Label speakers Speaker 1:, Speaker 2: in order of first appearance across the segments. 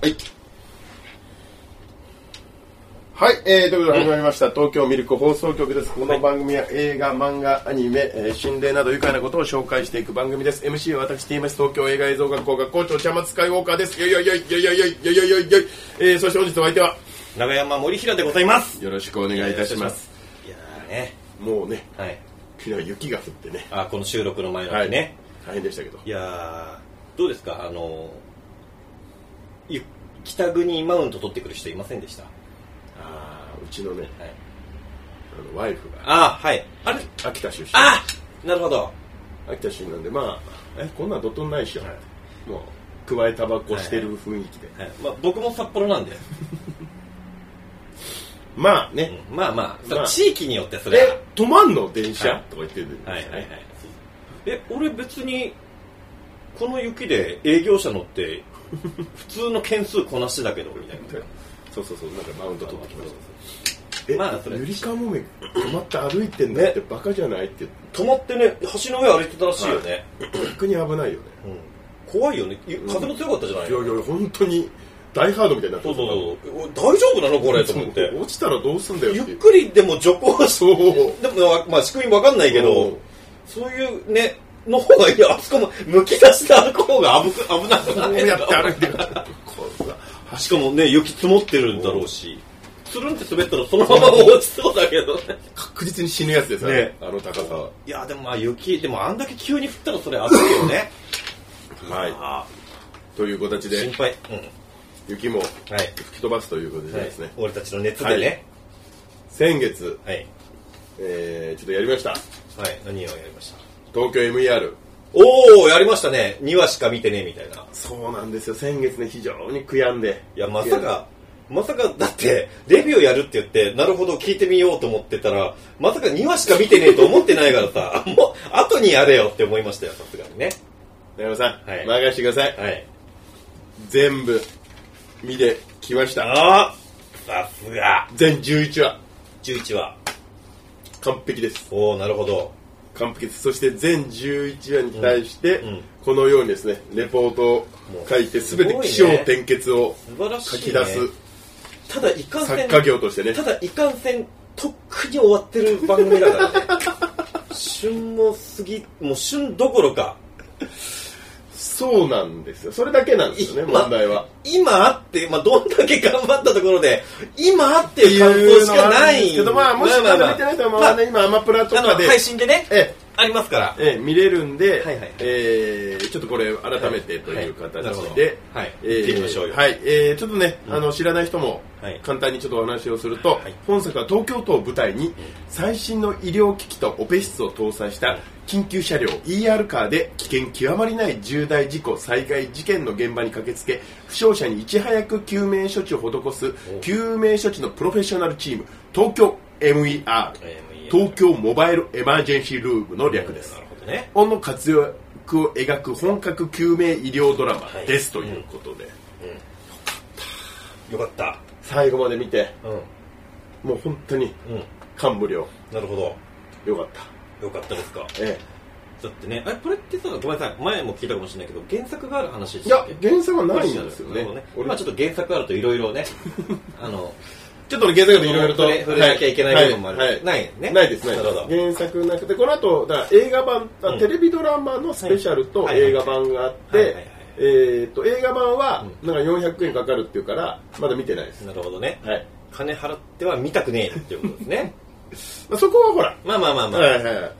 Speaker 1: はい。はい、えー、ということで始まりました、東京ミルク放送局です。この番組は映画、漫画、アニメ、えー心霊など愉快なことを紹介していく番組です。MC は私、TMS 東京映画映像学校学校長、茶松スカイウォーカーです。よいよいよいよいよいよいよいよいよいよい。えー、そして本日のお相手は、
Speaker 2: 長山森平でございます
Speaker 1: よろしくお願いいたします。
Speaker 2: いやーね
Speaker 1: もうね、
Speaker 2: はい
Speaker 1: 昨日雪が降ってね、
Speaker 2: あこの収録の前の日ね、い、
Speaker 1: 大変でしたけど。
Speaker 2: やーどうですかあのーゆ北国マウント取ってくる人いませんでした、は
Speaker 1: あーうちのね、
Speaker 2: い、
Speaker 1: あのワイフが
Speaker 2: あーはいあれ
Speaker 1: 秋田出身。
Speaker 2: あーなるほど
Speaker 1: 秋田出身なんで、まあ、え、こんなんどっとんないっしょ。もう、加えタバコしてる雰囲気で。
Speaker 2: はいまあ、僕も札幌なんで、
Speaker 1: まあね、
Speaker 2: うんまあまあ、
Speaker 1: まあ
Speaker 2: 地域によってそれ
Speaker 1: え、止まんの電車、
Speaker 2: はい
Speaker 1: とか言ってるんですよ
Speaker 2: は
Speaker 1: ね
Speaker 2: いはいはいえ俺別にこの雪で営業車乗って 普通の件数こなしてたけどみたいな
Speaker 1: そうそうそう、なんかマウント取ってきまし
Speaker 2: う
Speaker 1: た。え、
Speaker 2: まあそれ
Speaker 1: ゆりかもめ、止まって歩いてんだって、バカじゃないって、
Speaker 2: 止まってね橋の上歩いてたらしいよね、
Speaker 1: 逆に危ないよね。
Speaker 2: うん怖いよねい風も強かったじゃない、
Speaker 1: いやいや、本当に、大ハードみたいになって
Speaker 2: そう
Speaker 1: る
Speaker 2: そうそうお大丈夫なのこれと思って
Speaker 1: そう落ちたらどうすんだよって
Speaker 2: ゆっ
Speaker 1: いう。
Speaker 2: くりでも徐行し
Speaker 1: そう。
Speaker 2: でも、まあ、仕組みわかんないけど、
Speaker 1: うん
Speaker 2: そういうねの方がいいよあそこもむき出して歩く方が危く危なく
Speaker 1: こ
Speaker 2: な
Speaker 1: う
Speaker 2: い
Speaker 1: やって歩いてるから。こうさ
Speaker 2: しかもね雪積もってるんだろうしつるんって滑ったらそのまま落ちそうだけどね
Speaker 1: 確実に死ぬやつですよ
Speaker 2: ね
Speaker 1: ね、あの高さは。
Speaker 2: いやでもまあ雪でもあんだけ急に降ったらそれ危ないよ ね
Speaker 1: は
Speaker 2: あ
Speaker 1: い。という形
Speaker 2: ー
Speaker 1: で、
Speaker 2: 心配、うん
Speaker 1: 雪も
Speaker 2: はい
Speaker 1: 吹き飛ばすということで
Speaker 2: はい
Speaker 1: ですね。
Speaker 2: 俺たちの熱でね
Speaker 1: 先月、
Speaker 2: はい、
Speaker 1: えー、ちょっとやりました。
Speaker 2: はい何をやりました
Speaker 1: 東京 MER。
Speaker 2: おおやりましたね2話しか見てねえみたいな
Speaker 1: そうなんですよ先月ね非常に悔やんで
Speaker 2: いやまさかまさかだってレビューやるって言ってなるほど聞いてみようと思ってたらまさか2話しか見てねえと思ってないからさ もう後にやれよって思いましたよさすがにね
Speaker 1: 中山さん、
Speaker 2: はい
Speaker 1: 任してください
Speaker 2: はい
Speaker 1: 全部見てきました
Speaker 2: ああさすが
Speaker 1: 全11話
Speaker 2: 11話
Speaker 1: 完璧です
Speaker 2: おおなるほど
Speaker 1: 完璧ですそして全11話に対して、
Speaker 2: うんうん
Speaker 1: このようにですねレポートを書いて
Speaker 2: もう
Speaker 1: 全て起承
Speaker 2: すごいね
Speaker 1: 転結を
Speaker 2: 素晴らしい、
Speaker 1: 書
Speaker 2: ね、
Speaker 1: き出す
Speaker 2: ただいかんせん
Speaker 1: 作家業としてね
Speaker 2: ただいかんせんとっくに終わってる番組だから ね旬も過ぎもう旬どころか
Speaker 1: そうなんですよそれだけなんですよね
Speaker 2: 今
Speaker 1: 問題は
Speaker 2: 今あって、まあ、どんだけ頑張ったところで今あっていう感想しかない
Speaker 1: ってうのはあるんですけどまあもしまだ見てない人はまあ、
Speaker 2: まあ
Speaker 1: ね、今アマプラと
Speaker 2: あ
Speaker 1: か
Speaker 2: の
Speaker 1: で
Speaker 2: 配信でね
Speaker 1: ええ
Speaker 2: ありますから
Speaker 1: えー見れるんで、
Speaker 2: はいはい
Speaker 1: えーちょっとこれ改めてという形
Speaker 2: はいなるほど
Speaker 1: で、
Speaker 2: はい
Speaker 1: え
Speaker 2: 見てみましょうよ
Speaker 1: はい、えーちょっとね、あの知らない人も
Speaker 2: はい
Speaker 1: 簡単にちょっとお話をすると、
Speaker 2: はい
Speaker 1: 本作は東京都を舞台に最新の医療機器とオペ室を搭載した緊急車両 ER カーで危険極まりない重大事故災害事件の現場に駆けつけ負傷者にいち早く救命処置を施す救命処置のプロフェッショナルチーム東京 MER 東京モバイルエマージェンシールームの略です
Speaker 2: なるほどね
Speaker 1: 日本の活躍を描く本格救命医療ドラマですということで、
Speaker 2: よかった
Speaker 1: 最後まで見て
Speaker 2: うん
Speaker 1: もう本当に
Speaker 2: うん
Speaker 1: 感無量
Speaker 2: なるほど
Speaker 1: よかっ
Speaker 2: よかったですか
Speaker 1: た、え
Speaker 2: だってねあれこれってさごめんなさい前も聞いたかもしれないけど原作がある話で
Speaker 1: え、い
Speaker 2: した
Speaker 1: や
Speaker 2: っけ
Speaker 1: 原作はないんですよ
Speaker 2: な
Speaker 1: ね
Speaker 2: るほどね
Speaker 1: 俺
Speaker 2: まあちょっと原作あるといろ いろねあの
Speaker 1: ちょっと俺原作でいろいろと
Speaker 2: 触れ触れなきゃいけない部分もある
Speaker 1: はいはい
Speaker 2: ないね
Speaker 1: ないですね
Speaker 2: なるほど
Speaker 1: 原作なくてこの後だから映画版、あ
Speaker 2: うん
Speaker 1: テレビドラマのスペシャルと
Speaker 2: はい
Speaker 1: 映画版があっ
Speaker 2: はいはいは
Speaker 1: て
Speaker 2: い
Speaker 1: えーと映画版はなんか400円かかるっていうからまだ見てないです、
Speaker 2: なるほどね
Speaker 1: はい
Speaker 2: 金払っては見たくねえっていうことで すね
Speaker 1: まあ、そこはほら、
Speaker 2: まあまあまあまあ、
Speaker 1: はいはいはい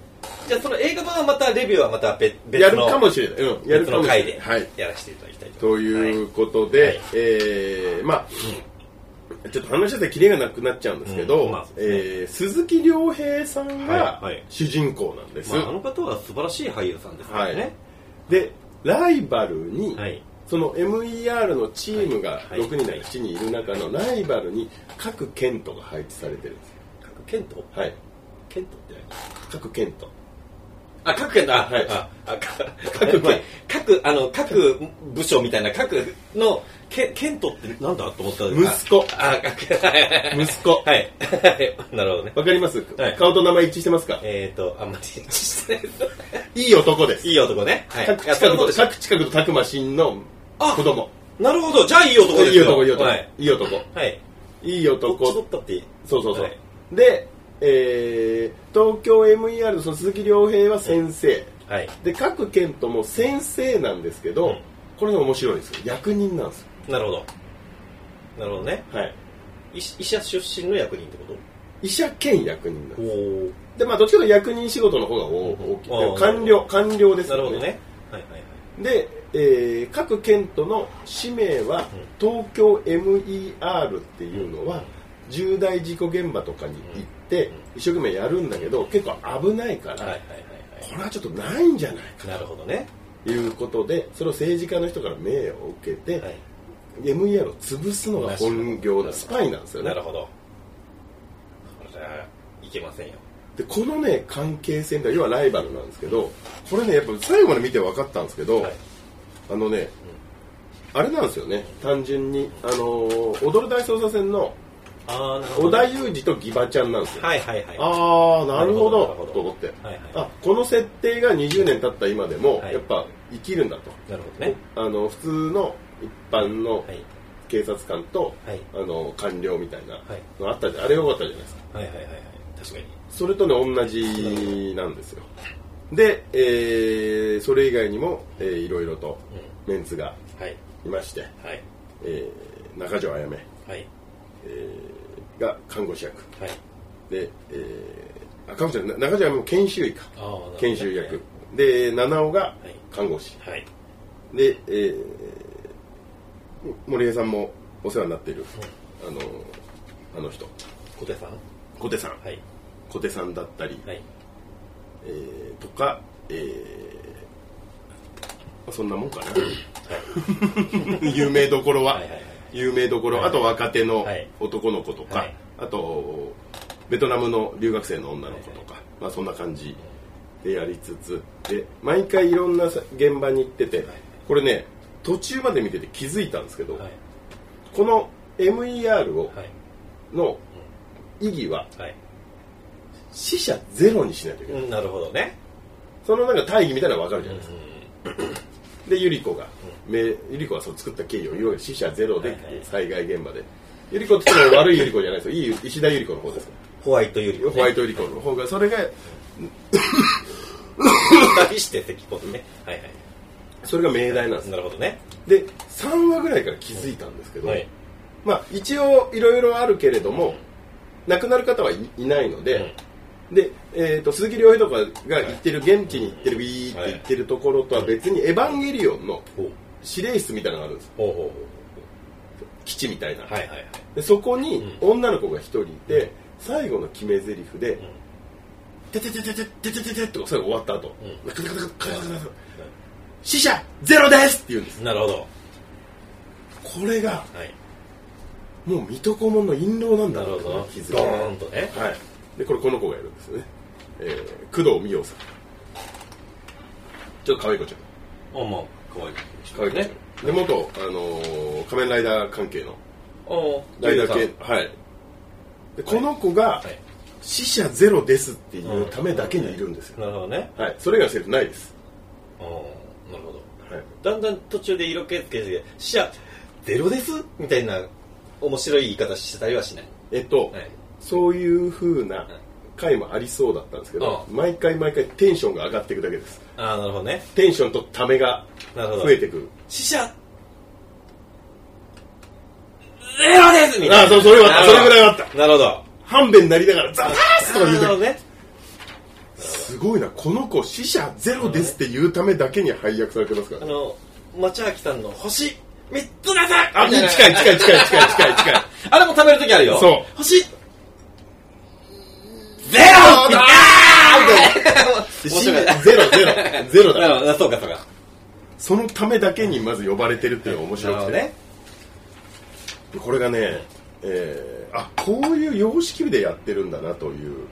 Speaker 2: じゃあその映画版はまたレビューはまた別別の
Speaker 1: やるかもしれない。うん、やる
Speaker 2: 別
Speaker 1: か
Speaker 2: の
Speaker 1: もしれ
Speaker 2: 回
Speaker 1: ない。
Speaker 2: で
Speaker 1: はい。
Speaker 2: やらせていただきたいと
Speaker 1: と
Speaker 2: 思ます
Speaker 1: い
Speaker 2: は
Speaker 1: うことで、
Speaker 2: はい
Speaker 1: えー、まあ、ちょっと話してたらキレがなくなっちゃうんですけど、
Speaker 2: うんまあそう
Speaker 1: えー、鈴木亮平さんが
Speaker 2: はいはい
Speaker 1: 主人公なんです。
Speaker 2: まあ、あの方は素晴らしい俳優さんですからね
Speaker 1: で、ライバルに、
Speaker 2: はい
Speaker 1: その MER のチームが
Speaker 2: はい
Speaker 1: 6人なり7人いる中のライバルに各ケントが配置されてるんですよ。
Speaker 2: 各ケント
Speaker 1: はい。
Speaker 2: ケントって何
Speaker 1: 各ケント。
Speaker 2: あ各ケントあ、
Speaker 1: はい
Speaker 2: ああか
Speaker 1: 各
Speaker 2: 各各あの各部署みたいな各のケケントってなんだと思ったんです
Speaker 1: 息子。
Speaker 2: あああ
Speaker 1: 息子。
Speaker 2: はい なるほどね
Speaker 1: わかります、
Speaker 2: はい
Speaker 1: 顔と名前一致してますか
Speaker 2: えっ、ー、とあんまり一致してないです
Speaker 1: いい男です。
Speaker 2: いい男ねはい
Speaker 1: 各
Speaker 2: いや
Speaker 1: 近
Speaker 2: そんな
Speaker 1: く
Speaker 2: こと
Speaker 1: と、各近くとたくましんの子供。
Speaker 2: なるほど。じゃあいい男です
Speaker 1: いい
Speaker 2: よ。
Speaker 1: 男いい男、
Speaker 2: はい
Speaker 1: い、。い男
Speaker 2: はい。
Speaker 1: いい男
Speaker 2: どっち取ったっていい。
Speaker 1: そうそうそう、
Speaker 2: はい
Speaker 1: で、えー東京 MER のその鈴木亮平は先生
Speaker 2: はい。
Speaker 1: で各県とも先生なんですけど、
Speaker 2: うん
Speaker 1: これが面白いんですよ役人なんですよ
Speaker 2: なるほど。なるほどね。
Speaker 1: はい
Speaker 2: 医師医者出身の役人ってこ
Speaker 1: 医者兼役人なんです
Speaker 2: とおお。
Speaker 1: でまあどっちかというと役人仕事の方が大大きい、
Speaker 2: うん
Speaker 1: 官僚官僚です
Speaker 2: な
Speaker 1: よ
Speaker 2: るほどね。はいはいはい。
Speaker 1: で、えー各県都の氏名は東京 MER っていうのは重大事故現場とかに行って一生懸命やるんだけど結構危ないか
Speaker 2: はいは
Speaker 1: ら
Speaker 2: いはい
Speaker 1: これはちょっとないんじゃないか
Speaker 2: はい。なるほどね。
Speaker 1: ということでそれを政治家の人から命を受けて、
Speaker 2: はい。
Speaker 1: MER を潰すのが本業のスパイなんですよね
Speaker 2: なるほど。これはいけませんよ。
Speaker 1: でこのね関係性みたいな要はライバルなんですけどこれねやっぱ最後まで見て分かったんですけど、
Speaker 2: はい。
Speaker 1: あのね、あれなんですよね単純にあのー踊る大捜査線の
Speaker 2: ああ、なるほど。
Speaker 1: 織田裕二とギバちゃんなんですよ、
Speaker 2: はいはいはい。
Speaker 1: ああなるほ
Speaker 2: なるほ
Speaker 1: ど
Speaker 2: ど
Speaker 1: と思って、
Speaker 2: はいはい
Speaker 1: あこの設定が20年経った今でも、
Speaker 2: はい
Speaker 1: やっぱ生きるんだと
Speaker 2: なるほどね。
Speaker 1: あの普通の一般の
Speaker 2: はい。
Speaker 1: 警察官と、
Speaker 2: はい
Speaker 1: あの官僚みたいな
Speaker 2: はい
Speaker 1: のあったじゃんあれ良かったじゃないですか
Speaker 2: はいはいはいはい。確かに。
Speaker 1: それとね同じなんですよで、えーそれ以外にも、えー、いろいろとメンツが
Speaker 2: うん。はい。
Speaker 1: いまして、
Speaker 2: はい。
Speaker 1: えー中条あやめ
Speaker 2: はい。
Speaker 1: えーが看護師役
Speaker 2: はい。
Speaker 1: で、えー、あ看護師役中条あやめも研修医か
Speaker 2: ああ、なるほどね
Speaker 1: 研修役で七尾が看護師、
Speaker 2: はい。
Speaker 1: で、えー森江さんもお世話になっている、あのあの人
Speaker 2: 小手さん
Speaker 1: 小手さん、
Speaker 2: はい。
Speaker 1: 小手さんだったり、
Speaker 2: はい。
Speaker 1: えーとか、えーそんなもんかな 有名どころは、
Speaker 2: はいはいはい
Speaker 1: 有名どころ、
Speaker 2: はい
Speaker 1: あと若手の
Speaker 2: はい
Speaker 1: 男の子とか、
Speaker 2: はい
Speaker 1: あとベトナムの留学生の女の子とか、まあ、そんな感じでやりつつで毎回いろんなさ現場に行っててこれね途中まで見てて気づいたんですけど、
Speaker 2: はい。
Speaker 1: この MER を
Speaker 2: はい。
Speaker 1: の意義は
Speaker 2: はい。
Speaker 1: 死者ゼロにしないといけない、
Speaker 2: うん、なるほどね。
Speaker 1: そのなんか大義みたいなの分かるじゃ
Speaker 2: う
Speaker 1: ないで
Speaker 2: ん
Speaker 1: すか。で百合子が、めゆり子がそう作った経緯をいろいろ死者ゼロ
Speaker 2: は
Speaker 1: で
Speaker 2: いはい
Speaker 1: 災害現場でゆり子って言っても悪いゆり子じゃないで すよいいゆ石田ゆり子の方ですか
Speaker 2: ホワイトより
Speaker 1: らホワイトゆり子の方がそれが
Speaker 2: 対して咳込むね。はいはい。
Speaker 1: それが命題なんですよ
Speaker 2: なるほどね。
Speaker 1: で3話ぐらいから気づいたんですけど、
Speaker 2: はい。
Speaker 1: まあ一応いろいろあるけれども亡くなる方はい、いないので、で、えー、と鈴木亮平とかが行ってる現地に行ってるビーって行ってるところとは別に「エヴァンゲリオン」の
Speaker 2: ほう。
Speaker 1: 司令室みたいなのがあるんですよ
Speaker 2: ほうほうほ
Speaker 1: 基地みたいな、
Speaker 2: う。はいはいはい。
Speaker 1: でそこに女の子が一人いて、最後の決め台詞で「ててててててててて」とか最後終わった後
Speaker 2: うん
Speaker 1: カタカタカタカタカタカタ死者ゼロです!」って言うんです
Speaker 2: なるほど。
Speaker 1: これが
Speaker 2: はい。
Speaker 1: もう水戸黄門の印籠なんだ
Speaker 2: なる
Speaker 1: ろ
Speaker 2: ほ
Speaker 1: う
Speaker 2: ど
Speaker 1: な。
Speaker 2: ド
Speaker 1: 気づ
Speaker 2: ーン
Speaker 1: い
Speaker 2: とね。
Speaker 1: たはいでこれこの子がやるんですよね、えー、工藤美桜さんちょっと可愛い子ちゃん
Speaker 2: あ、まあ、可愛い。
Speaker 1: 可愛い子ちゃん、で元、あのー仮面ライダー関係の
Speaker 2: お
Speaker 1: ライダ
Speaker 2: さん。
Speaker 1: ー系はいでこの子が
Speaker 2: はい。
Speaker 1: 死者ゼロですっていうためだけにいるんですよ
Speaker 2: なるほどね。
Speaker 1: はい、それがセリフないです。
Speaker 2: うん。なるほど。
Speaker 1: はい、
Speaker 2: だんだん途中で色気つけて「死者ゼロです」みたいな面白い言い方したりはしない、
Speaker 1: えっと、
Speaker 2: はい、
Speaker 1: そういう風な回もありそうだったんですけど、毎回毎回テンションが上がっていくだけです。
Speaker 2: ああなるほどね
Speaker 1: テンションとためが
Speaker 2: なるほど
Speaker 1: 増えてくる。
Speaker 2: 死者ゼロですみたいな
Speaker 1: あーそうそれはあったそれぐらいはあった
Speaker 2: なるほど
Speaker 1: 半べになりながら、ザバースとか
Speaker 2: な
Speaker 1: 言う
Speaker 2: るほ
Speaker 1: と
Speaker 2: どね
Speaker 1: すごいな、この子死者ゼロですっていうためだけに配役されてますか
Speaker 2: あ
Speaker 1: らね。
Speaker 2: の町明さんの「星三つだぜ!」
Speaker 1: あ、
Speaker 2: み
Speaker 1: 近
Speaker 2: た
Speaker 1: い
Speaker 2: な
Speaker 1: 近い近い近い近い近い近い。
Speaker 2: あれも食べるときあるよ
Speaker 1: そう
Speaker 2: 星ゼロ
Speaker 1: あー
Speaker 2: あ
Speaker 1: 死
Speaker 2: ー面白い
Speaker 1: 者ゼロゼロ、ゼロ
Speaker 2: な
Speaker 1: だ。
Speaker 2: るほどそうかそうか
Speaker 1: そのためだけにまず呼ばれてるっていうのが面
Speaker 2: なる
Speaker 1: 白
Speaker 2: ほ
Speaker 1: く
Speaker 2: ど
Speaker 1: て。
Speaker 2: ね
Speaker 1: これがね、えーあこういう様式でやってるんだなという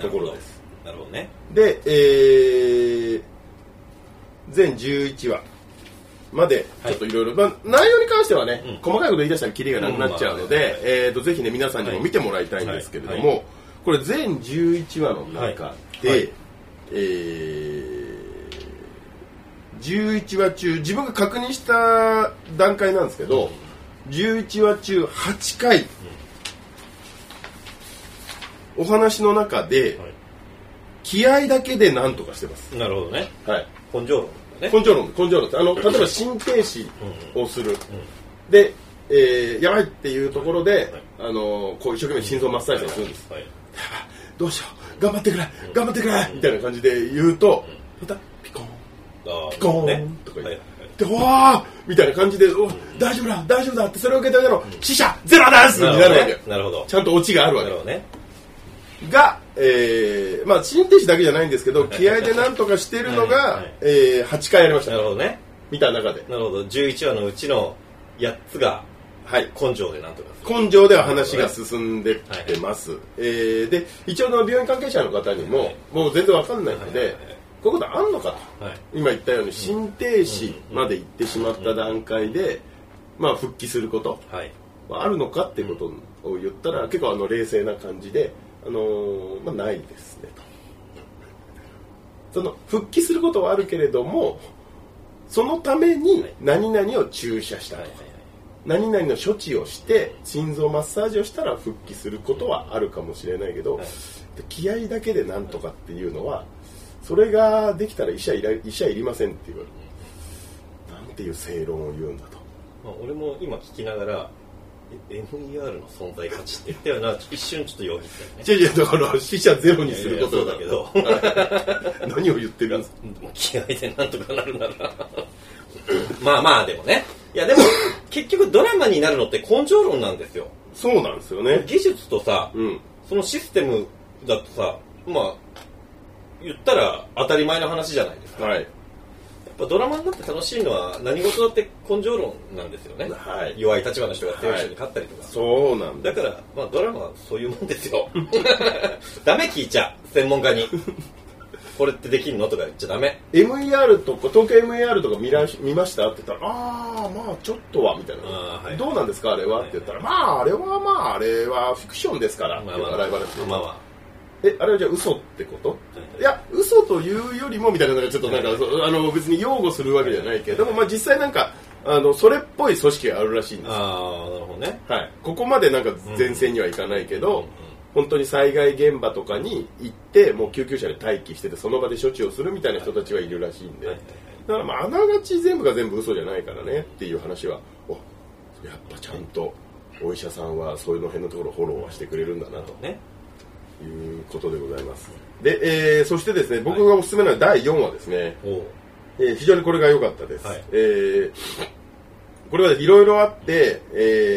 Speaker 1: ところです
Speaker 2: なるほどね
Speaker 1: で、えー全11話までちょっといろいろまあ内容に関してはね、
Speaker 2: うん
Speaker 1: 細かいこと言い出したらキリがなくなっちゃうので、
Speaker 2: うんまあ
Speaker 1: えー、とぜひね皆さんにも見てもらいたいんですけれども、
Speaker 2: はいは
Speaker 1: これ全11話の中で、
Speaker 2: はいはい
Speaker 1: えー11話中自分が確認した段階なんですけど、11話中8回、お話の中で、
Speaker 2: はい
Speaker 1: 気合だけで何とかしてます、
Speaker 2: なるほどね
Speaker 1: はい、
Speaker 2: 根性論だね
Speaker 1: 根性論根性論ってあの例えば心停止をする、で、えーやばいっていうところで、あのこう一生懸命心臓マッサージをするんです
Speaker 2: はい
Speaker 1: どうしよう頑張ってくれ頑張ってくれみたいな感じで言うとまたピコン
Speaker 2: あ
Speaker 1: ピコ
Speaker 2: ね
Speaker 1: ーンとか
Speaker 2: はい
Speaker 1: 言って
Speaker 2: はい
Speaker 1: 「でわあ!」みたいな感じで「お大丈夫だ大丈夫だ」ってそれを受けたけど「死者ゼロです!」に
Speaker 2: はい
Speaker 1: なるわけよ
Speaker 2: なるほど
Speaker 1: ちゃんとオチがあるわ
Speaker 2: な
Speaker 1: け
Speaker 2: るほどね
Speaker 1: が、えーまあ、心停止だけじゃないんですけど気合でなんとかしてるの
Speaker 2: はい
Speaker 1: が
Speaker 2: はい、
Speaker 1: えー、8回やりまし
Speaker 2: な
Speaker 1: た
Speaker 2: るほどね
Speaker 1: 見た中で、
Speaker 2: なるほど11話のうちの8つが
Speaker 1: はい、
Speaker 2: 根性でなんとかする
Speaker 1: 根性では話が進んでってます、えーで一応の病院関係者の方にも、
Speaker 2: はい
Speaker 1: もう全然わかんないので、
Speaker 2: はいはいはい
Speaker 1: こういうことあんのかと、
Speaker 2: はい
Speaker 1: 今言ったように心停止まで行ってしまった段階で、まあ、復帰すること
Speaker 2: はい
Speaker 1: はあるのかっていうことを言ったら結構あの冷静な感じで、あのーまあ、ないですねとその復帰することはあるけれどもそのために何々を注射したと
Speaker 2: はい
Speaker 1: か、
Speaker 2: はい
Speaker 1: 何々の処置をして心臓マッサージをしたら復帰することはあるかもしれないけど、
Speaker 2: はい
Speaker 1: 気合だけでなんとかっていうのはそれができたら医者いら医者いりませんって言われるなんていう正論を言うんだと
Speaker 2: まあ、俺も今聞きながらえ NER の存在価値って言ったよな一瞬ちょっとよぎったよ
Speaker 1: い
Speaker 2: ね
Speaker 1: やいやだから死者ゼロにするこ
Speaker 2: そ
Speaker 1: と
Speaker 2: うだ
Speaker 1: だ
Speaker 2: け
Speaker 1: け
Speaker 2: ど
Speaker 1: ど何を言ってるんですか
Speaker 2: 気合でなんとかなるなら まあまあでもねいやでも結局ドラマになるのって根性論なんですよ
Speaker 1: そうなんですよね
Speaker 2: 技術とさ
Speaker 1: うん
Speaker 2: そのシステムだとさまあ言ったら当たり前の話じゃないですか
Speaker 1: はい
Speaker 2: やっぱドラマになって楽しいのは何事だって根性論なんですよね、
Speaker 1: はい
Speaker 2: 弱い立場の人が強い人に勝ったりとか、
Speaker 1: そうなんだ
Speaker 2: だから、まあ、ドラマはそういうもんですよ。 ダメ聞いちゃう、専門家に。これってできんのとか言っちゃダメ。
Speaker 1: MER とか東京 MER とか見らし見ましたって言ったら「ああまあちょっとは」みたいな
Speaker 2: あーはい
Speaker 1: どうなんですかあれは?」って言ったら「まああれはまああれはフィクションですから」って
Speaker 2: ま
Speaker 1: 言
Speaker 2: あ
Speaker 1: う
Speaker 2: ま
Speaker 1: か
Speaker 2: あ、ま
Speaker 1: ら
Speaker 2: あ
Speaker 1: ライバルっていう
Speaker 2: まあ
Speaker 1: か
Speaker 2: ま
Speaker 1: えあれはじゃあ嘘ってこと
Speaker 2: はい
Speaker 1: いや嘘というよりもみたいななんかちょっとなんかそうあの別に擁護するわけじゃないけどもまあ実際なんかあのそれっぽい組織があるらしいんです
Speaker 2: あ。ああ、なるほどね。
Speaker 1: はい、ここまでなんか前線にはいかないけど、
Speaker 2: うん
Speaker 1: 本当に災害現場とかに行ってもう救急車で待機しててその場で処置をするみたいな人たちはいるらしいんで、
Speaker 2: はいはい
Speaker 1: だからまああながち全部が全部嘘じゃないからねっていう話はおやっぱちゃんとお医者さんはそういうの辺のところフォローはしてくれるんだな
Speaker 2: なるほ
Speaker 1: と
Speaker 2: どね。
Speaker 1: いうことでございますで、えーそしてですね僕がおすすめなのは第4話ですね、
Speaker 2: おう
Speaker 1: えー非常にこれが良かったです、
Speaker 2: はい
Speaker 1: えーこれはいろいろあって、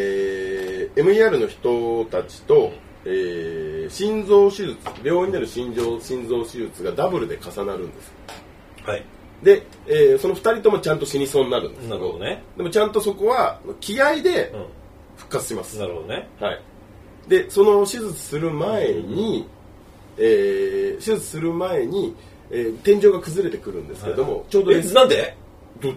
Speaker 1: えー MER の人たちと、えー心臓手術病院での心臓心臓手術がダブルで重なるんです
Speaker 2: はい。
Speaker 1: で、えーその2人ともちゃんと死にそうになるんですけ
Speaker 2: なるほどね。
Speaker 1: でもちゃんとそこは気合で
Speaker 2: う
Speaker 1: 復活します
Speaker 2: ん。、なるほどね。
Speaker 1: はい、でその手術する前に、えー手術する前に、えー天井が崩れてくるんですけども、ちょうど
Speaker 2: え、なんで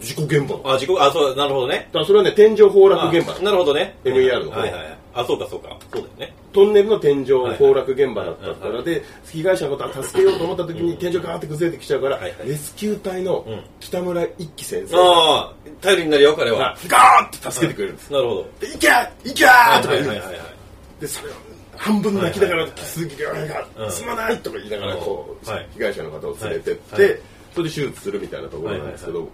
Speaker 1: 事故現場
Speaker 2: あ、自己、あ、そう、なるほどね。
Speaker 1: だからそれはね天井崩落現場
Speaker 2: あなるほどね。
Speaker 1: MER の方
Speaker 2: はいはいはい。あ、そうかそうか。そうだよね。
Speaker 1: トンネルの天井
Speaker 2: はい
Speaker 1: 崩落現場だったか
Speaker 2: はいは
Speaker 1: らで被害者のことは助けようと思った時に天井がーって崩れてきちゃうから
Speaker 2: はいはい
Speaker 1: レスキュー隊の
Speaker 2: うん
Speaker 1: 北村一輝先生が
Speaker 2: ああ、頼りになるよ、彼は。
Speaker 1: ガーって助けてくれるんです
Speaker 2: なるほど。
Speaker 1: 「で行け行け!」とか
Speaker 2: は
Speaker 1: 言
Speaker 2: い
Speaker 1: うん
Speaker 2: はい
Speaker 1: で
Speaker 2: はいはい。
Speaker 1: すでそれを半分泣きながら
Speaker 2: はいはいはい
Speaker 1: 鈴木亮平
Speaker 2: う
Speaker 1: が「
Speaker 2: ん
Speaker 1: すまない!」とか言いながらこう
Speaker 2: はい
Speaker 1: 被害者の方を連れてっ
Speaker 2: はいはい
Speaker 1: てそれで手術するみたいなところなんですけど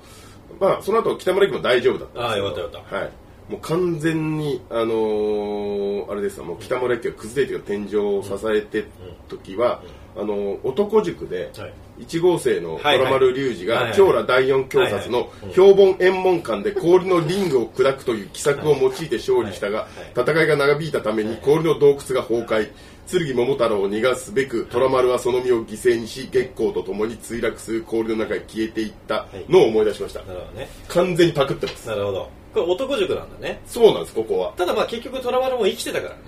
Speaker 1: まあその後北村一輝も大丈夫だった
Speaker 2: ああ、よかったよかった。
Speaker 1: はい、もう完全に、あのーあれですわもう北村家が崩れてる天井を支えてる時は、あのー男塾で
Speaker 2: はい
Speaker 1: 1号生の虎丸隆二
Speaker 2: はい
Speaker 1: が
Speaker 2: はい
Speaker 1: 長羅第四教察の標本円門館で氷のリングを砕くという奇策を用いて勝利したが
Speaker 2: はい
Speaker 1: 戦いが長引いたために氷の洞窟が崩壊剣桃太郎を逃がすべく虎丸はその身を犠牲にし月光と共に墜落する氷の中へ消えていったのを思い出しました
Speaker 2: なるほどね。
Speaker 1: 完全にパクってます
Speaker 2: なるほど。これ男塾なんだね。
Speaker 1: そうなんですここは
Speaker 2: ただまあ結局トラマルも生きてたからね。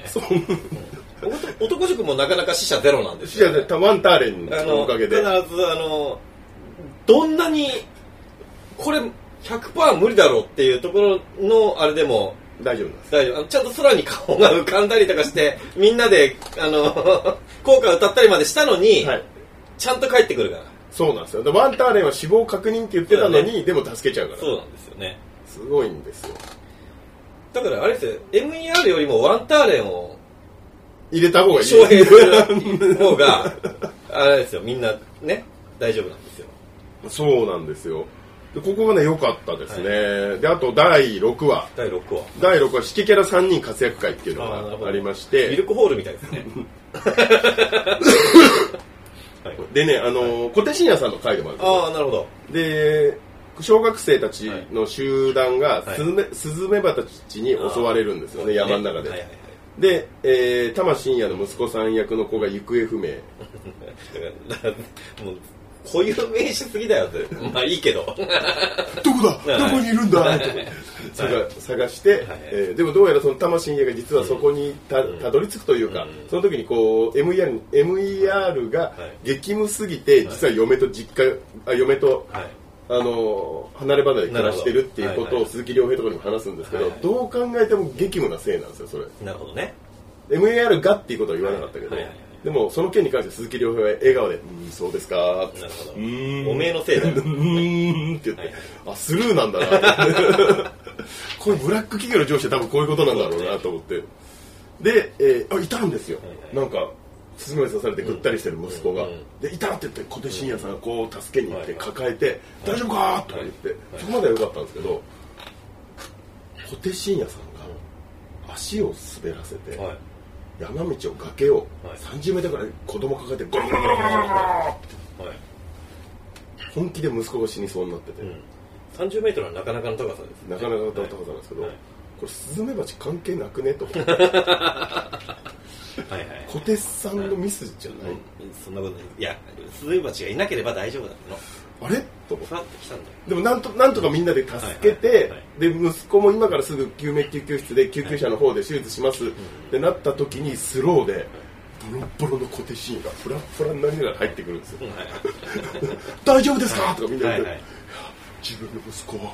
Speaker 2: 男男塾もなかなか死者ゼロなんです
Speaker 1: じゃ
Speaker 2: よ。
Speaker 1: あね、ワンターレン
Speaker 2: あ
Speaker 1: の
Speaker 2: の、
Speaker 1: おかげ
Speaker 2: 必
Speaker 1: で
Speaker 2: ず。あの、どんなに、これ100%無理だろうっていうところのあれでも、
Speaker 1: 大丈夫なんです。
Speaker 2: 大丈夫あのちゃんと空に顔が浮かんだりとか して、みんなで、あの、効果歌ったりまでしたのに、
Speaker 1: はい。
Speaker 2: ちゃんと帰ってくるから。
Speaker 1: そうなんですよでワンターレンは死亡確認って言ってたの
Speaker 2: そうだ
Speaker 1: に、でも助けちゃうから
Speaker 2: そうなんですよね
Speaker 1: すごいんですよ
Speaker 2: だからあれですよ MER よりもワンターレンを
Speaker 1: 入れた方がいい
Speaker 2: 招聘する方があれですよみんなね大丈夫なんですよ
Speaker 1: そうなんですよでここがね良かったですね、であと第6話
Speaker 2: 第6話
Speaker 1: 第6話指揮キャラ3人活躍会っていうの
Speaker 2: あーなるほ
Speaker 1: が
Speaker 2: ど
Speaker 1: ありまし
Speaker 2: ミ
Speaker 1: て
Speaker 2: ルクホールみたいですねはい
Speaker 1: でねあのー小手伸也さんの回で もあるんですよ
Speaker 2: ああなるほど
Speaker 1: で小学生たちの集団が
Speaker 2: はい
Speaker 1: スズメ,、スズメバたちに襲われるんですよね山の中で、
Speaker 2: はいはいはい
Speaker 1: で、えー、玉真也の息子さん役の子が行方不明
Speaker 2: だから もう固有名詞すぎだよってまあい いけど
Speaker 1: どこだ
Speaker 2: はい
Speaker 1: どこにいるんだと探探して、えーでもどうやらその玉真也が実はそこにた,、たどり着くというか、
Speaker 2: うん
Speaker 1: その時にこう MER, に MER が激務すぎて、実は嫁と実家あ嫁と
Speaker 2: はい
Speaker 1: あのー離れ離れ暮らしてるっていうこ
Speaker 2: なる
Speaker 1: と
Speaker 2: ほ
Speaker 1: を
Speaker 2: ど
Speaker 1: 鈴木亮平とかにも話すんですけど、
Speaker 2: はいはい
Speaker 1: どう考えても激務なせいなんですよそれ
Speaker 2: なるほどね
Speaker 1: MER がっていうことは言わなかったけど、
Speaker 2: はいはいはい
Speaker 1: でもその件に関して鈴木亮平は笑顔で「うーんそうですか」って
Speaker 2: なるほど
Speaker 1: うーん
Speaker 2: おめえのせいだよ
Speaker 1: うーんって言って、
Speaker 2: はいはい
Speaker 1: あスルーなんだなってこれブラック企業の上司は多分こういうことなんだろうなと思ってで、えーあいたんですよ、
Speaker 2: はいはい
Speaker 1: なんかスズメに刺されてぐったりしてる息子が、
Speaker 2: うんうん
Speaker 1: でいたって言って小手伸也さんがこう助けに行って
Speaker 2: はいはい
Speaker 1: 抱えて「大丈夫か?」とか言って、そこまでは良かったんですけど小手伸也さんが足を滑らせて、
Speaker 2: はい
Speaker 1: 山道を崖を
Speaker 2: はい
Speaker 1: 30メートルぐらい子供抱えてゴロゴロゴロゴロゴロゴロ
Speaker 2: はい
Speaker 1: 本気で息子が死にそうになってて、
Speaker 2: うん30メートルはなかなかの高さですね
Speaker 1: なかなかの高さなんですけど、
Speaker 2: はい
Speaker 1: これスズメバチ関係なくねと
Speaker 2: はいはいはい
Speaker 1: 小手さんのミスじゃない、
Speaker 2: うんそんなことないいやスズメバチがいなければ大丈夫だったの
Speaker 1: あれと思って
Speaker 2: ふわってきたんだよ
Speaker 1: でもなんとなんとかみんなで助けて、
Speaker 2: はいはいはい
Speaker 1: で息子も今からすぐ救命救急室で救急車の方で手術しますってなった時にスローでボロッボロの小手シーンがフラッフラになりながら入ってくるんですよ 大丈夫ですかとかみんな
Speaker 2: は
Speaker 1: 言
Speaker 2: い
Speaker 1: っ
Speaker 2: はい
Speaker 1: て自分の息子を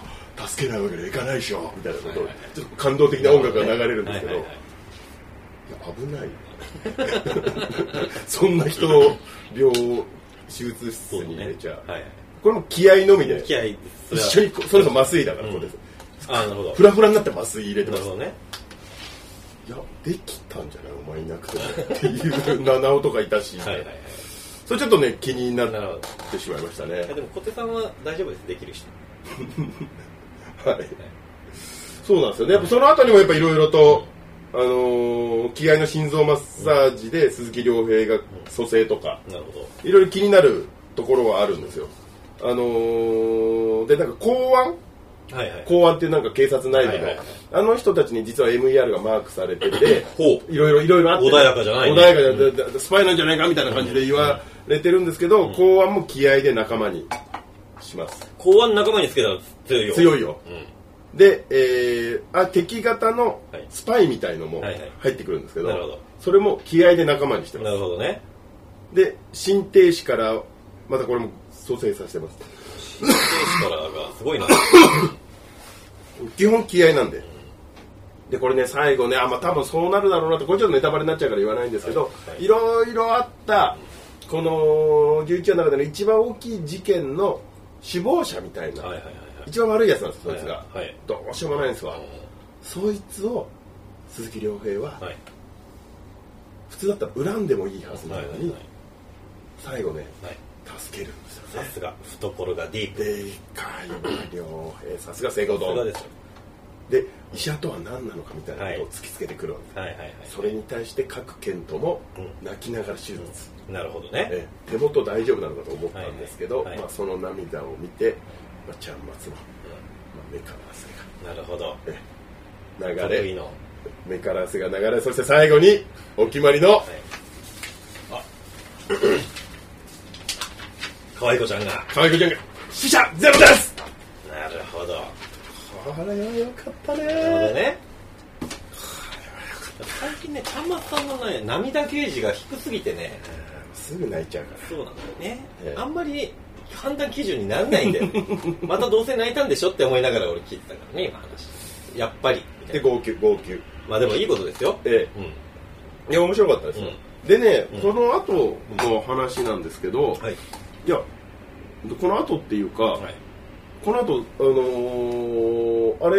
Speaker 1: 助けないわけにはいかないでしょみたいなことを
Speaker 2: はいはいはい
Speaker 1: ちょっと感動的な音楽が流れるんですけど
Speaker 2: はいい
Speaker 1: や
Speaker 2: はいはい
Speaker 1: 危ない そんな人を病手術室
Speaker 2: そう
Speaker 1: に入れ
Speaker 2: ね
Speaker 1: ちゃう
Speaker 2: はいはい
Speaker 1: これも気合のみで
Speaker 2: 気合い
Speaker 1: 一緒にこうそれこそ麻酔だから
Speaker 2: うん
Speaker 1: こうです
Speaker 2: あなるほど
Speaker 1: フラフラになって麻酔入れてま
Speaker 2: なる
Speaker 1: す
Speaker 2: ほどね
Speaker 1: いやできたんじゃないお前いなくてもっていう七尾とかいたし
Speaker 2: はいはいはい
Speaker 1: それちょっとね気になっ
Speaker 2: なるほど
Speaker 1: てしまいましたね
Speaker 2: いやでも小手さんは大丈夫ですできる人
Speaker 1: はいそうなんですよねやっぱその後にもやっぱいろいろとあのー気合の心臓マッサージで鈴木亮平が蘇生とか
Speaker 2: なるほど
Speaker 1: いろいろ気になるところはあるんですよあのーでなんか公安
Speaker 2: はいはい
Speaker 1: 公安っていうなんか警察内部の、
Speaker 2: はいはいはい
Speaker 1: あの人たちに実は MER がマークされて て
Speaker 2: ほう
Speaker 1: いろいろいろいろあって
Speaker 2: 穏やかじゃない
Speaker 1: 穏やかじゃないだだスパイなんじゃないかみたいな感じで言われてるんですけど、公安も気合で仲間にします
Speaker 2: 公安仲間につけたら強いよ
Speaker 1: 強いよ
Speaker 2: うん
Speaker 1: で、えーあ敵型の
Speaker 2: はい
Speaker 1: スパイみたいのも
Speaker 2: はいはい
Speaker 1: 入ってくるんですけど,、
Speaker 2: なるほど
Speaker 1: それも気合で仲間にしてま
Speaker 2: な
Speaker 1: す
Speaker 2: るほどね
Speaker 1: で心停止からまたこれも蘇生させてます
Speaker 2: 選手からがすごいな
Speaker 1: 基本気合なんで。で、これね、最後ね、あ、まあ多分そうなるだろうなと、これちょっとネタバレになっちゃうから言わないんですけど、
Speaker 2: はい
Speaker 1: いろいろあった、この11話の中での一番大きい事件の首謀者みたいな、
Speaker 2: はいはいはい
Speaker 1: 一番悪いやつなんですよ、そいつが。
Speaker 2: はいはい
Speaker 1: どうしようもないんですわ。
Speaker 2: はい
Speaker 1: そいつを、鈴木亮平は、
Speaker 2: はい
Speaker 1: 普通だったら恨んでもいいはずな
Speaker 2: はい
Speaker 1: の
Speaker 2: はい
Speaker 1: に、
Speaker 2: はい
Speaker 1: 最後ね、
Speaker 2: はい
Speaker 1: 助けるんですよ
Speaker 2: さ
Speaker 1: ね。
Speaker 2: すが懐がディープ
Speaker 1: でかいな、亮平。さすが成功
Speaker 2: さすが
Speaker 1: 堂
Speaker 2: で。すよ
Speaker 1: で、医者とは何なのかみたいなことを突きつけてくるわけです。
Speaker 2: はいはいはい
Speaker 1: それに対して各県とも
Speaker 2: うん
Speaker 1: 泣きながら手術、
Speaker 2: なるほどね
Speaker 1: ええ手元大丈夫なのかと思ったんですけど、
Speaker 2: はいはいはい
Speaker 1: まあ、その涙を見て、まあ、ちゃんまつの、ま
Speaker 2: う
Speaker 1: あ、目から汗
Speaker 2: んなるほど
Speaker 1: が流
Speaker 2: 得意
Speaker 1: れ
Speaker 2: のは
Speaker 1: 目から汗が流れそして最後にお決まりの
Speaker 2: いあ 可愛い子ちゃんが
Speaker 1: 河合君ちゃんが死者ゼロです
Speaker 2: なるほど。なる
Speaker 1: これはよかったね
Speaker 2: ほどね。最近ね、端末さんのね、涙ゲージが低すぎてね、
Speaker 1: すぐ泣いちゃうか
Speaker 2: そうなんだよね
Speaker 1: え。え
Speaker 2: あんまり判断基準にならないんだよ ね。またどうせ泣いたんでしょって思いながら俺聞いてたからね、今話。やっぱり。み
Speaker 1: ら
Speaker 2: たい
Speaker 1: で号
Speaker 2: な
Speaker 1: 泣号泣
Speaker 2: まあでもいいことですよ。
Speaker 1: え
Speaker 2: うん。
Speaker 1: えいや面白かったですよ、
Speaker 2: う
Speaker 1: でね、
Speaker 2: うん
Speaker 1: この後の話なんですけど、
Speaker 2: はい。
Speaker 1: いやでこの後っていうか、
Speaker 2: はい
Speaker 1: この後、あのーあ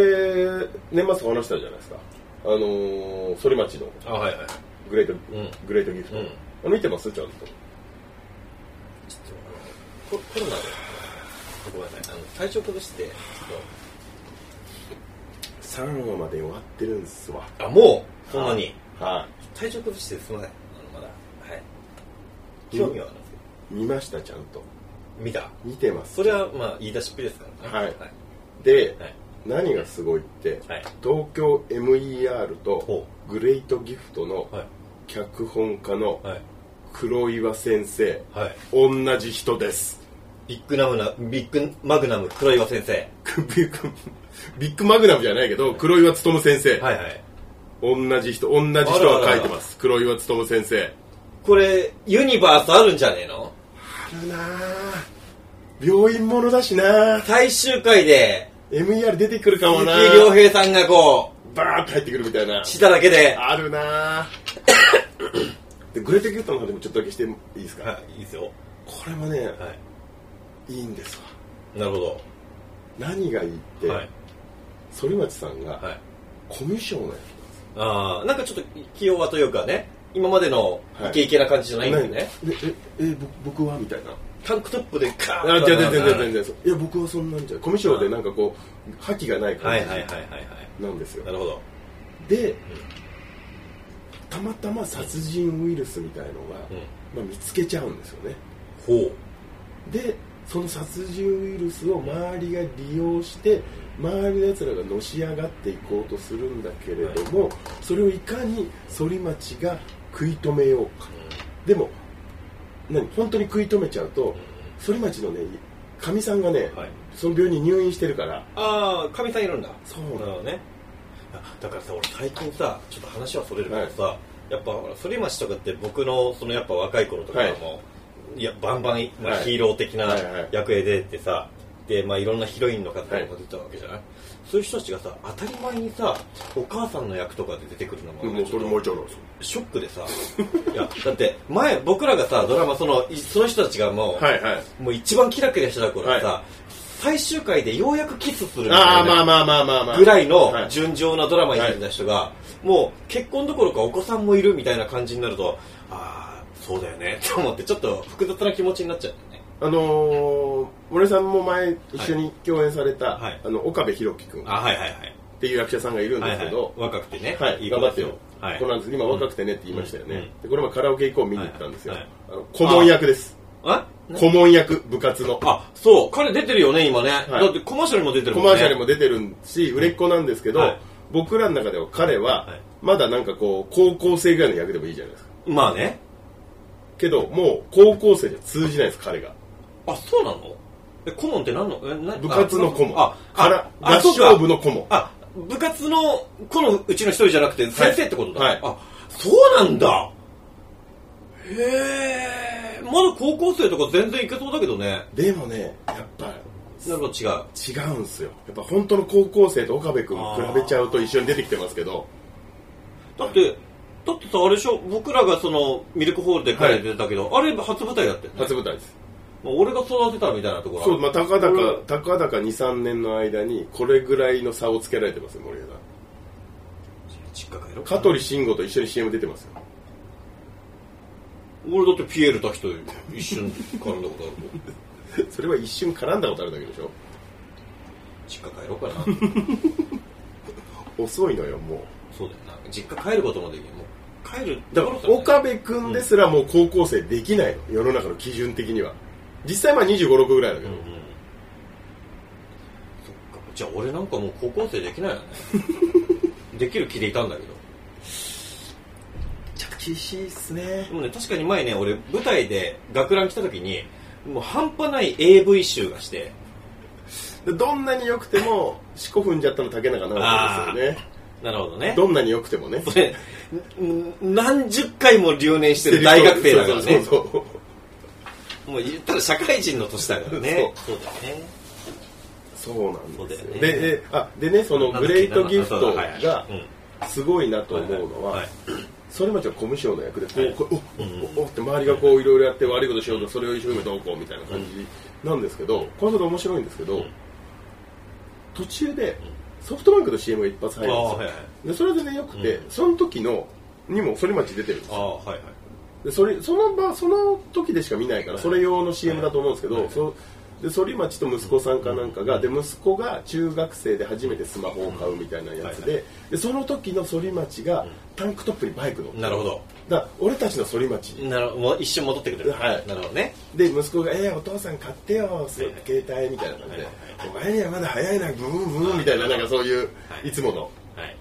Speaker 1: れ、年末話したじゃないですか。あのー、反町の
Speaker 2: あはいはい
Speaker 1: グレート、
Speaker 2: うん
Speaker 1: グレートギフト。
Speaker 2: うん
Speaker 1: あ見てますちゃんと。
Speaker 2: ちょっとココロナでごめんなさいあの体調崩してちょ
Speaker 1: 3話まで終わってるんですわ。
Speaker 2: っとあもうそんなに、
Speaker 1: は
Speaker 2: 体調崩してすみませんあのまだはい興味はあるんですけど
Speaker 1: い。見ました、ちゃんと。
Speaker 2: 見た
Speaker 1: 見てます。
Speaker 2: それはまあ言い出しっぺですからね
Speaker 1: はい
Speaker 2: はい
Speaker 1: で、
Speaker 2: はい
Speaker 1: 何がすごいって、
Speaker 2: はい
Speaker 1: 東京 MER と
Speaker 2: ほ
Speaker 1: グレートギフトの
Speaker 2: はい
Speaker 1: 脚本家の
Speaker 2: はい
Speaker 1: 黒岩先生、
Speaker 2: はい
Speaker 1: 同じ人です。
Speaker 2: ビッグナムなビッグマグナム黒岩先生
Speaker 1: ビッグビッグマグナムじゃないけど、黒岩勉先生。
Speaker 2: はいはい
Speaker 1: 同じ人、同じ人が書いてます。黒岩勉先生。
Speaker 2: これユニバースあるんじゃねえの
Speaker 1: あるなぁ。病院ものだしなぁ。
Speaker 2: 最終回で
Speaker 1: MER 出てくるかも
Speaker 2: 鈴木
Speaker 1: な
Speaker 2: 亮平さんがこ
Speaker 1: バーって入ってくるみたいな
Speaker 2: う。しただけで
Speaker 1: あるなぁ。で、グレーテギュットの方でもちょっとだけしてもいいですか、
Speaker 2: いいいですよ
Speaker 1: これもね、
Speaker 2: はい
Speaker 1: いいんですわ。
Speaker 2: いなるほ
Speaker 1: 何がいいって、
Speaker 2: どはい
Speaker 1: 反町さんが
Speaker 2: はい
Speaker 1: コミュ障な
Speaker 2: ああなんかちょっと気弱というかね今までの
Speaker 1: はい
Speaker 2: イケイケな感じじゃない
Speaker 1: や
Speaker 2: ん
Speaker 1: つ
Speaker 2: でね、
Speaker 1: ねえ、え、え、僕僕はみたいな。
Speaker 2: タンクトップでカー
Speaker 1: あ、違
Speaker 2: ッ
Speaker 1: う
Speaker 2: と
Speaker 1: 全然全然全然。いや、僕はそんなんじゃない。コミュ障でなんかこう、覇気がない
Speaker 2: は
Speaker 1: 感
Speaker 2: い
Speaker 1: じ
Speaker 2: はいはいはいはい
Speaker 1: なんですよ
Speaker 2: な。るほど
Speaker 1: で、たまたま殺人ウイルスみたいのが、
Speaker 2: うん
Speaker 1: まあ、見つけちゃうんですよね
Speaker 2: ほ
Speaker 1: でその殺人ウイルスを周りが利用して周りのやつらがのし上がっていこうとするんだけれども、それをいかに反町が食い止めようか
Speaker 2: う、
Speaker 1: でも何本当に食い止めちゃうと
Speaker 2: う
Speaker 1: 反町のねかみさんがね、
Speaker 2: んはい
Speaker 1: その病院に入院してるから
Speaker 2: ああかみさんいるんだ
Speaker 1: そう
Speaker 2: なるほどねあだからさ俺最近さちょっと話はそれるけどさ、やっぱほら反町とかって僕のそのやっぱ若い頃とかも、い、やバンバン、まあ
Speaker 1: はい
Speaker 2: ヒーロー的な
Speaker 1: はいはい
Speaker 2: 役へ出てさ、でまあいろんなヒロインの方とかも出たわけじゃない、そういう人たちがさ当たり前にさお母さんの役とかで出てくるのも、
Speaker 1: もうそれもうちょいなんですよ
Speaker 2: ショックでさいやだって前僕らがさドラマそのいその人たちがもう、
Speaker 1: はいはい
Speaker 2: もう一番キラキラしてた頃さ、
Speaker 1: は
Speaker 2: 最終回でようやくキスするみたいな
Speaker 1: ああまあまあまあまあまあ
Speaker 2: ぐらいの
Speaker 1: はい
Speaker 2: 純情なドラマに出てた人が、もう結婚どころかお子さんもいるみたいな感じになるとああそうだよねって思ってちょっと複雑な気持ちになっちゃうんだよね
Speaker 1: あのー、森さんも前一緒に共演された、
Speaker 2: はい
Speaker 1: あの岡部宏樹君っ
Speaker 2: あはいはいはい
Speaker 1: ていう役者さんがいるんですけど、
Speaker 2: はいはい若くてね
Speaker 1: はい頑張ってよ、
Speaker 2: はい
Speaker 1: これなんです今若くてねって言いましたよね、
Speaker 2: うんうん
Speaker 1: でこれもカラオケ行こう見に行ったんですよ、
Speaker 2: はいはい
Speaker 1: あの顧問役です
Speaker 2: あ
Speaker 1: 顧問役部活の
Speaker 2: あそう彼出てるよね今ね、
Speaker 1: はい
Speaker 2: だってコマーシャルにも出てる
Speaker 1: コ
Speaker 2: もん
Speaker 1: マ
Speaker 2: ね
Speaker 1: ーシャルも出てるし売れっ子なんですけど、
Speaker 2: はい
Speaker 1: 僕らの中では彼は
Speaker 2: はい
Speaker 1: まだなんかこう高校生ぐらいの役でもいいじゃないですか
Speaker 2: まあね
Speaker 1: けどもう高校生じゃ通じないです彼が
Speaker 2: あそうなのえ顧問って何のえな
Speaker 1: 部活の顧問
Speaker 2: ああ
Speaker 1: から
Speaker 2: あ
Speaker 1: 合
Speaker 2: そうか
Speaker 1: 唱部の顧問
Speaker 2: あ部活のこのうちの一人じゃなくて先生ってことだ、
Speaker 1: はい
Speaker 2: あそうなんだへえまだ高校生とか全然いけそうだけどね
Speaker 1: でもねやっぱ
Speaker 2: なんか違う
Speaker 1: 違うんすよやっぱ本当の高校生と岡部君比べちゃうと一緒に出てきてますけど
Speaker 2: だってだってさあれでしょ僕らがそのミルクホールで彼出てたけど、あれ初舞台だったよね、
Speaker 1: 初舞台です
Speaker 2: まあ俺が育てたみたいなところ
Speaker 1: そうまあたかだ
Speaker 2: う
Speaker 1: か
Speaker 2: ん
Speaker 1: たかだか23年の間にこれぐらいの差をつけられてますよ森枝
Speaker 2: 実家帰ろう
Speaker 1: 香取慎吾と一緒に CM 出てますよ
Speaker 2: 俺だってピエールた人一瞬絡んだことある もん
Speaker 1: それは一瞬絡んだことあるだけでしょ
Speaker 2: 実家帰ろうか な
Speaker 1: 遅いのよも
Speaker 2: そうだよな実家帰ることもできないもう帰る
Speaker 1: うだから岡部君ですらもう高校生できないの世の中の基準的には実際まあ2 5 6ぐらいだけ
Speaker 2: うん
Speaker 1: ど、
Speaker 2: うんそっかじゃあ俺なんかもう高校生できない よねできる気でいたんだけど
Speaker 1: ちょっと厳しいっすね
Speaker 2: でもね確かに前ね俺舞台で学ラン来た時にもう半端ない AV 集がして
Speaker 1: どんなに良くても四股踏んじゃったの竹中直人ですよね
Speaker 2: なるほどね
Speaker 1: どんなに良くてもね
Speaker 2: それん何十回も留年してる大学生だからね
Speaker 1: そうそうそう
Speaker 2: もう言ったら社会人の年だからねそうだよね
Speaker 1: そうそうなんですよ
Speaker 2: そうだよね
Speaker 1: でであでねそのグレートギフトがすごいなと思うのは
Speaker 2: はい
Speaker 1: それまでは小務省の役でこうこうお
Speaker 2: うん
Speaker 1: おおおって周りがこういろいろやって悪いことしようとそれを一生懸命どうこうみたいな感じなんですけどこれそれ面白いんですけど、
Speaker 2: うん
Speaker 1: 途中でソフトバンクの CM が一発入るんですよ、
Speaker 2: はいはい
Speaker 1: でそれでねよくて、
Speaker 2: う
Speaker 1: その時のにも反町出てるんです
Speaker 2: ああはいはい
Speaker 1: でそれその場その時でしか見ないから
Speaker 2: はい
Speaker 1: それ用の CM だと思うんですけど、
Speaker 2: はい
Speaker 1: そで反町と息子さんかなんかがで息子が中学生で初めてスマホを買うみたいなやつで,、
Speaker 2: は
Speaker 1: でその時の反町がタンクトップにバイク乗って
Speaker 2: なるほど
Speaker 1: だから俺たちの反町
Speaker 2: なるほどもう一瞬戻ってくれる
Speaker 1: はい
Speaker 2: なるほどね
Speaker 1: で息子が「えー、お父さん買ってよす
Speaker 2: はい
Speaker 1: 携帯」みたいな感じで
Speaker 2: はい
Speaker 1: 「お前にはまだ早いなブーンブーン」みたいななんかそういう
Speaker 2: はい
Speaker 1: いつもの
Speaker 2: はい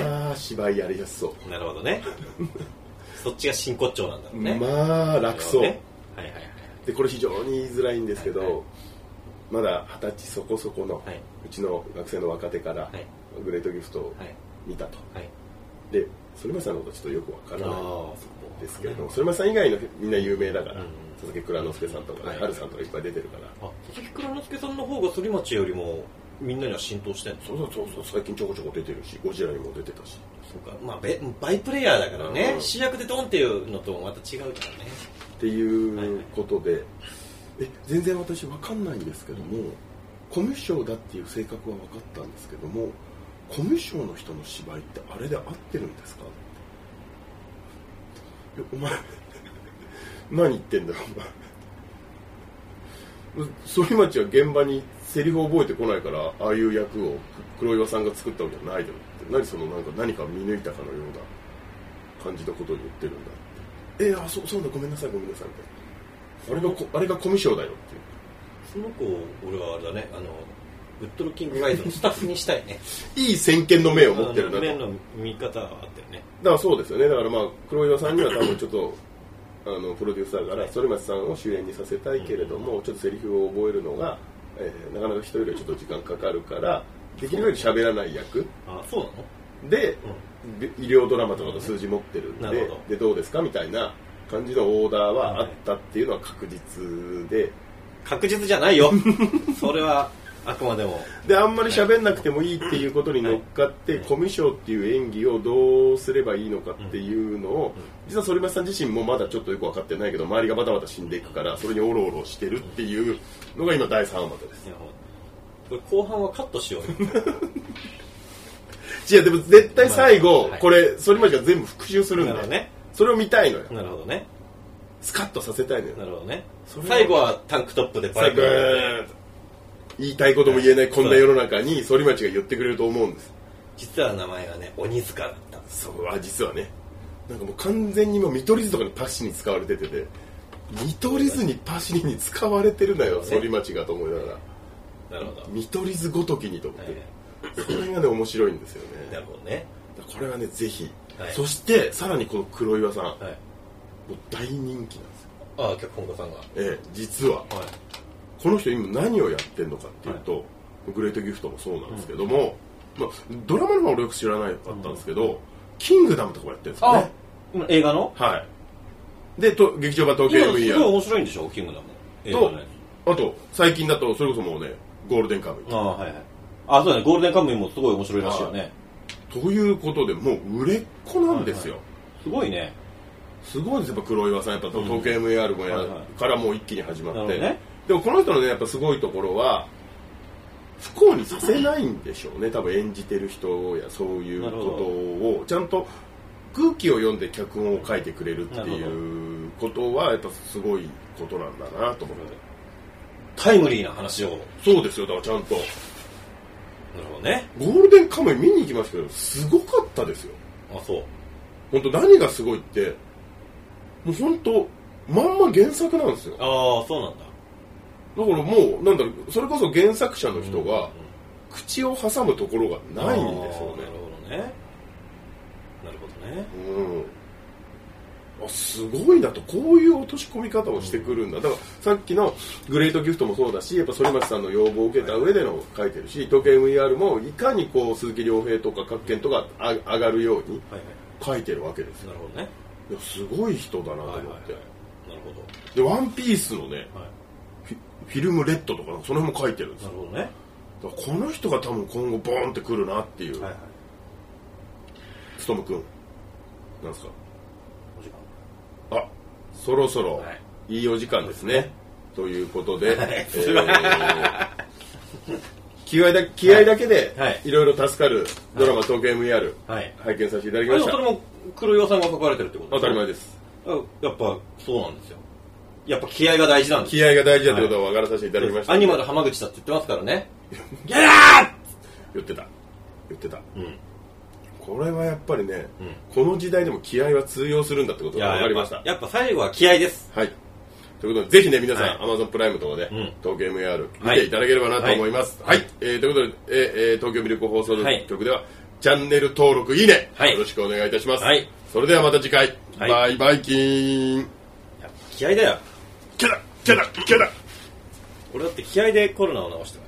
Speaker 1: まあ芝居やりやすそ
Speaker 2: なるほどね そっちが真骨頂なんだろ
Speaker 1: う、
Speaker 2: うね
Speaker 1: まあ楽そう、
Speaker 2: ねはいはいはい
Speaker 1: でこれ非常に言いづらいんですけど、
Speaker 2: はいはい
Speaker 1: まだ二十歳そこそこの、
Speaker 2: はいう
Speaker 1: ちの学生の若手から、
Speaker 2: はい
Speaker 1: グレートギフトを
Speaker 2: はい
Speaker 1: 見たと、
Speaker 2: はい
Speaker 1: で反町さんのことちょっとよくわからないん
Speaker 2: そう
Speaker 1: ですけれども反町さん以外のみんな有名だから、
Speaker 2: うん
Speaker 1: 佐々木蔵之介さんとかね、
Speaker 2: はい
Speaker 1: 春さんとかいっぱい出てるから、
Speaker 2: あ佐々木蔵之介さんの方が反町よりもみんなには浸透してんの
Speaker 1: そうそうそうそう最近ちょこちょこ出てるしゴジラにも出てたし
Speaker 2: そうかまあべバイプレイヤーだからね、
Speaker 1: うん
Speaker 2: 主役でドンっていうのとまた違うからね
Speaker 1: っていうことで、え全然私わかんないんですけども、コミュ障だっていう性格は分かったんですけどもコミュ障の人の芝居ってあれで合ってるんですかえお前 何言ってんだよお前反町は現場にセリフを覚えてこないからああいう役を黒岩さんが作ったわけじゃないだろうって何そのなんか何か見抜いたかのような感じのことを言ってるんだえー、あそうそうだごめんなさいごめんなさいみたいなあれがこあれがコミュ障だよっていう
Speaker 2: その子を俺はあれだねあのウッドルキングガイドのスタッフにしたいね
Speaker 1: いい先見の目を持ってるなと
Speaker 2: あの面
Speaker 1: だか
Speaker 2: の見方はあったよね
Speaker 1: らそうですよねだからまあ黒岩さんには多分ちょっとあのプロデューサーから反町さんを主演にさせたいけれどもちょっとセリフを覚えるのが、えーなかなか一人よりはちょっと時間かかるからできるより喋らない役
Speaker 2: あそうな
Speaker 1: で
Speaker 2: の、
Speaker 1: で医療ドラマとかの数字持ってるんで
Speaker 2: なるほど
Speaker 1: でどうですかみたいな感じのオーダーはあったっていうのは確実で。
Speaker 2: 確実じ ゃないよそれはあくまでも
Speaker 1: であんまり喋んなくてもいいっていうことに乗っかって、コミュ障っていう演技をどうすればいいのかっていうのを、実は反町さん自身もまだちょっとよく分かってないけど周りがバタバタ死んでいくからそれにおろおろしてるっていうのが今第3話で
Speaker 2: いやほらこれ後半はカットしようよ
Speaker 1: すいやでも絶対最後、
Speaker 2: はい
Speaker 1: これ反町が全部復習するん
Speaker 2: なるほ
Speaker 1: で、
Speaker 2: どね
Speaker 1: それを見たいのよ
Speaker 2: なるほどね
Speaker 1: スカッとさせたいの
Speaker 2: な
Speaker 1: よ
Speaker 2: るほどね
Speaker 1: それは
Speaker 2: 最後はタンクトップでバイク
Speaker 1: さあグーン言いたいことも言えないこんな世の中に反町が言ってくれると思うんです
Speaker 2: 実は名前がね鬼塚だった
Speaker 1: そうは実はねなんかもう完全にもう見取り図とかにパシに使われててて見取り図にパシに使われてるなよ
Speaker 2: そうね
Speaker 1: 反町がと思いながら
Speaker 2: なるほど、は
Speaker 1: 見取り図ごときにと思っ
Speaker 2: いは
Speaker 1: てそれがね面白いんですよ
Speaker 2: い、な
Speaker 1: ね
Speaker 2: るほどね
Speaker 1: これはねぜひ
Speaker 2: はい
Speaker 1: そしてさらにこの黒岩さんも
Speaker 2: はいう
Speaker 1: 大人気なんですよ
Speaker 2: ああ脚本家さんが
Speaker 1: ええ実は
Speaker 2: はい
Speaker 1: この人今何をやってるのかっていうと、グレートギフトもそうなんですけども、まあ、ドラマの方は俺よく知らないかったんですけど、キングダムとかもやってるんですよね
Speaker 2: 今映画の
Speaker 1: はい。で、と劇場版東京
Speaker 2: 今のすごい
Speaker 1: MER
Speaker 2: 面白いんでしょキングダム映画
Speaker 1: と、
Speaker 2: ね
Speaker 1: あと、最近だと、それこそもうね、ゴールデンカムイ。
Speaker 2: ああはいはいあそうだねゴールデンカムイもすごい面白いらしいよね
Speaker 1: ということで、もう売れっ子なんですよ。
Speaker 2: すごいね
Speaker 1: すごいですよ、やっぱ黒岩さん、やっぱ東京 MER もや、
Speaker 2: はいはい
Speaker 1: からもう一気に始ま
Speaker 2: な
Speaker 1: っ
Speaker 2: るほ
Speaker 1: て、
Speaker 2: どね
Speaker 1: でもこの人のね、やっぱすごいところは、不幸にさせないんでしょうね、多分演じてる人やそういうこ
Speaker 2: なるほど
Speaker 1: とを、ちゃんと空気を読んで脚本を書いてくれるっていうことは、やっぱすごいことなんだなと思って。
Speaker 2: タイムリーな話をなる
Speaker 1: そうですよ、だからちゃんと。
Speaker 2: ほどね
Speaker 1: ゴールデンカムイ見に行きましたけど、すごかったですよ。
Speaker 2: あそう
Speaker 1: 本当何がすごいって、もう本当まんま原作なんですよ。だか
Speaker 2: ああそうなんだ
Speaker 1: らもう、なんだろう、それこそ原作者の人が、口を挟むところがないんですよ
Speaker 2: ああなる
Speaker 1: ね。
Speaker 2: ほどねなるほどね
Speaker 1: うん。あ、すごいなと、こういう落とし込み方をしてくるんだ。だから、さっきのグレートギフトもそうだし、やっぱ反町さんの要望を受けた上での書いてるし、東京 MER もいかにこう、鈴木亮平とか各県とかあ上がるように
Speaker 2: はいはい
Speaker 1: 書いてるわけですよ
Speaker 2: なるほどね
Speaker 1: いやすごい人だなと
Speaker 2: はい
Speaker 1: 思っ
Speaker 2: はい
Speaker 1: て、
Speaker 2: はいなるほど
Speaker 1: で「ワンピースのね
Speaker 2: はい
Speaker 1: フィフィルムレッドとかなんかその辺も書いてるんです
Speaker 2: な
Speaker 1: よ
Speaker 2: るほどね
Speaker 1: だからこの人が多分今後ボーンってくるなっていう、
Speaker 2: はいはい
Speaker 1: ストム君なんですか
Speaker 2: お時間
Speaker 1: あそろそろ
Speaker 2: はい
Speaker 1: いいお時間ですね、ということ で、えー気合だ気合だけで
Speaker 2: はい
Speaker 1: いろいろ助かるドラマ「東京 MER
Speaker 2: はい」
Speaker 1: 拝見させていただき
Speaker 2: で
Speaker 1: ま
Speaker 2: も
Speaker 1: し
Speaker 2: そ
Speaker 1: た
Speaker 2: れも黒岩さんが書かれてるってこと
Speaker 1: 当たり前
Speaker 2: で
Speaker 1: です
Speaker 2: すねあやっぱそうなんですよやっぱ気合が大事なんです
Speaker 1: 気合が大事だということを分からさせていただきました、
Speaker 2: アニマル浜口だって言ってますからねギャー
Speaker 1: 言ってた言ってた
Speaker 2: うん
Speaker 1: これはやっぱりね、
Speaker 2: うん
Speaker 1: この時代でも気合は通用するんだってこと
Speaker 2: い
Speaker 1: が
Speaker 2: や
Speaker 1: 分かりました
Speaker 2: やっぱ最後は気合です
Speaker 1: はい。ということで、ぜひね、皆さん、
Speaker 2: はい
Speaker 1: Amazon プライムとかで、
Speaker 2: うん
Speaker 1: 東京 MER 見
Speaker 2: はい
Speaker 1: ていただければなと思います。は。
Speaker 2: はいい
Speaker 1: えーということで、えーえー東京ミルク放送
Speaker 2: はい
Speaker 1: 局では、チャンネル登録、いいね、
Speaker 2: はい
Speaker 1: よろしくお願いいたします。
Speaker 2: はい
Speaker 1: それではまた次回、
Speaker 2: はい
Speaker 1: バイバイキーン。
Speaker 2: やっぱ気合だよ
Speaker 1: キャラキャラキャラ
Speaker 2: 俺だって気合でコロナを治してます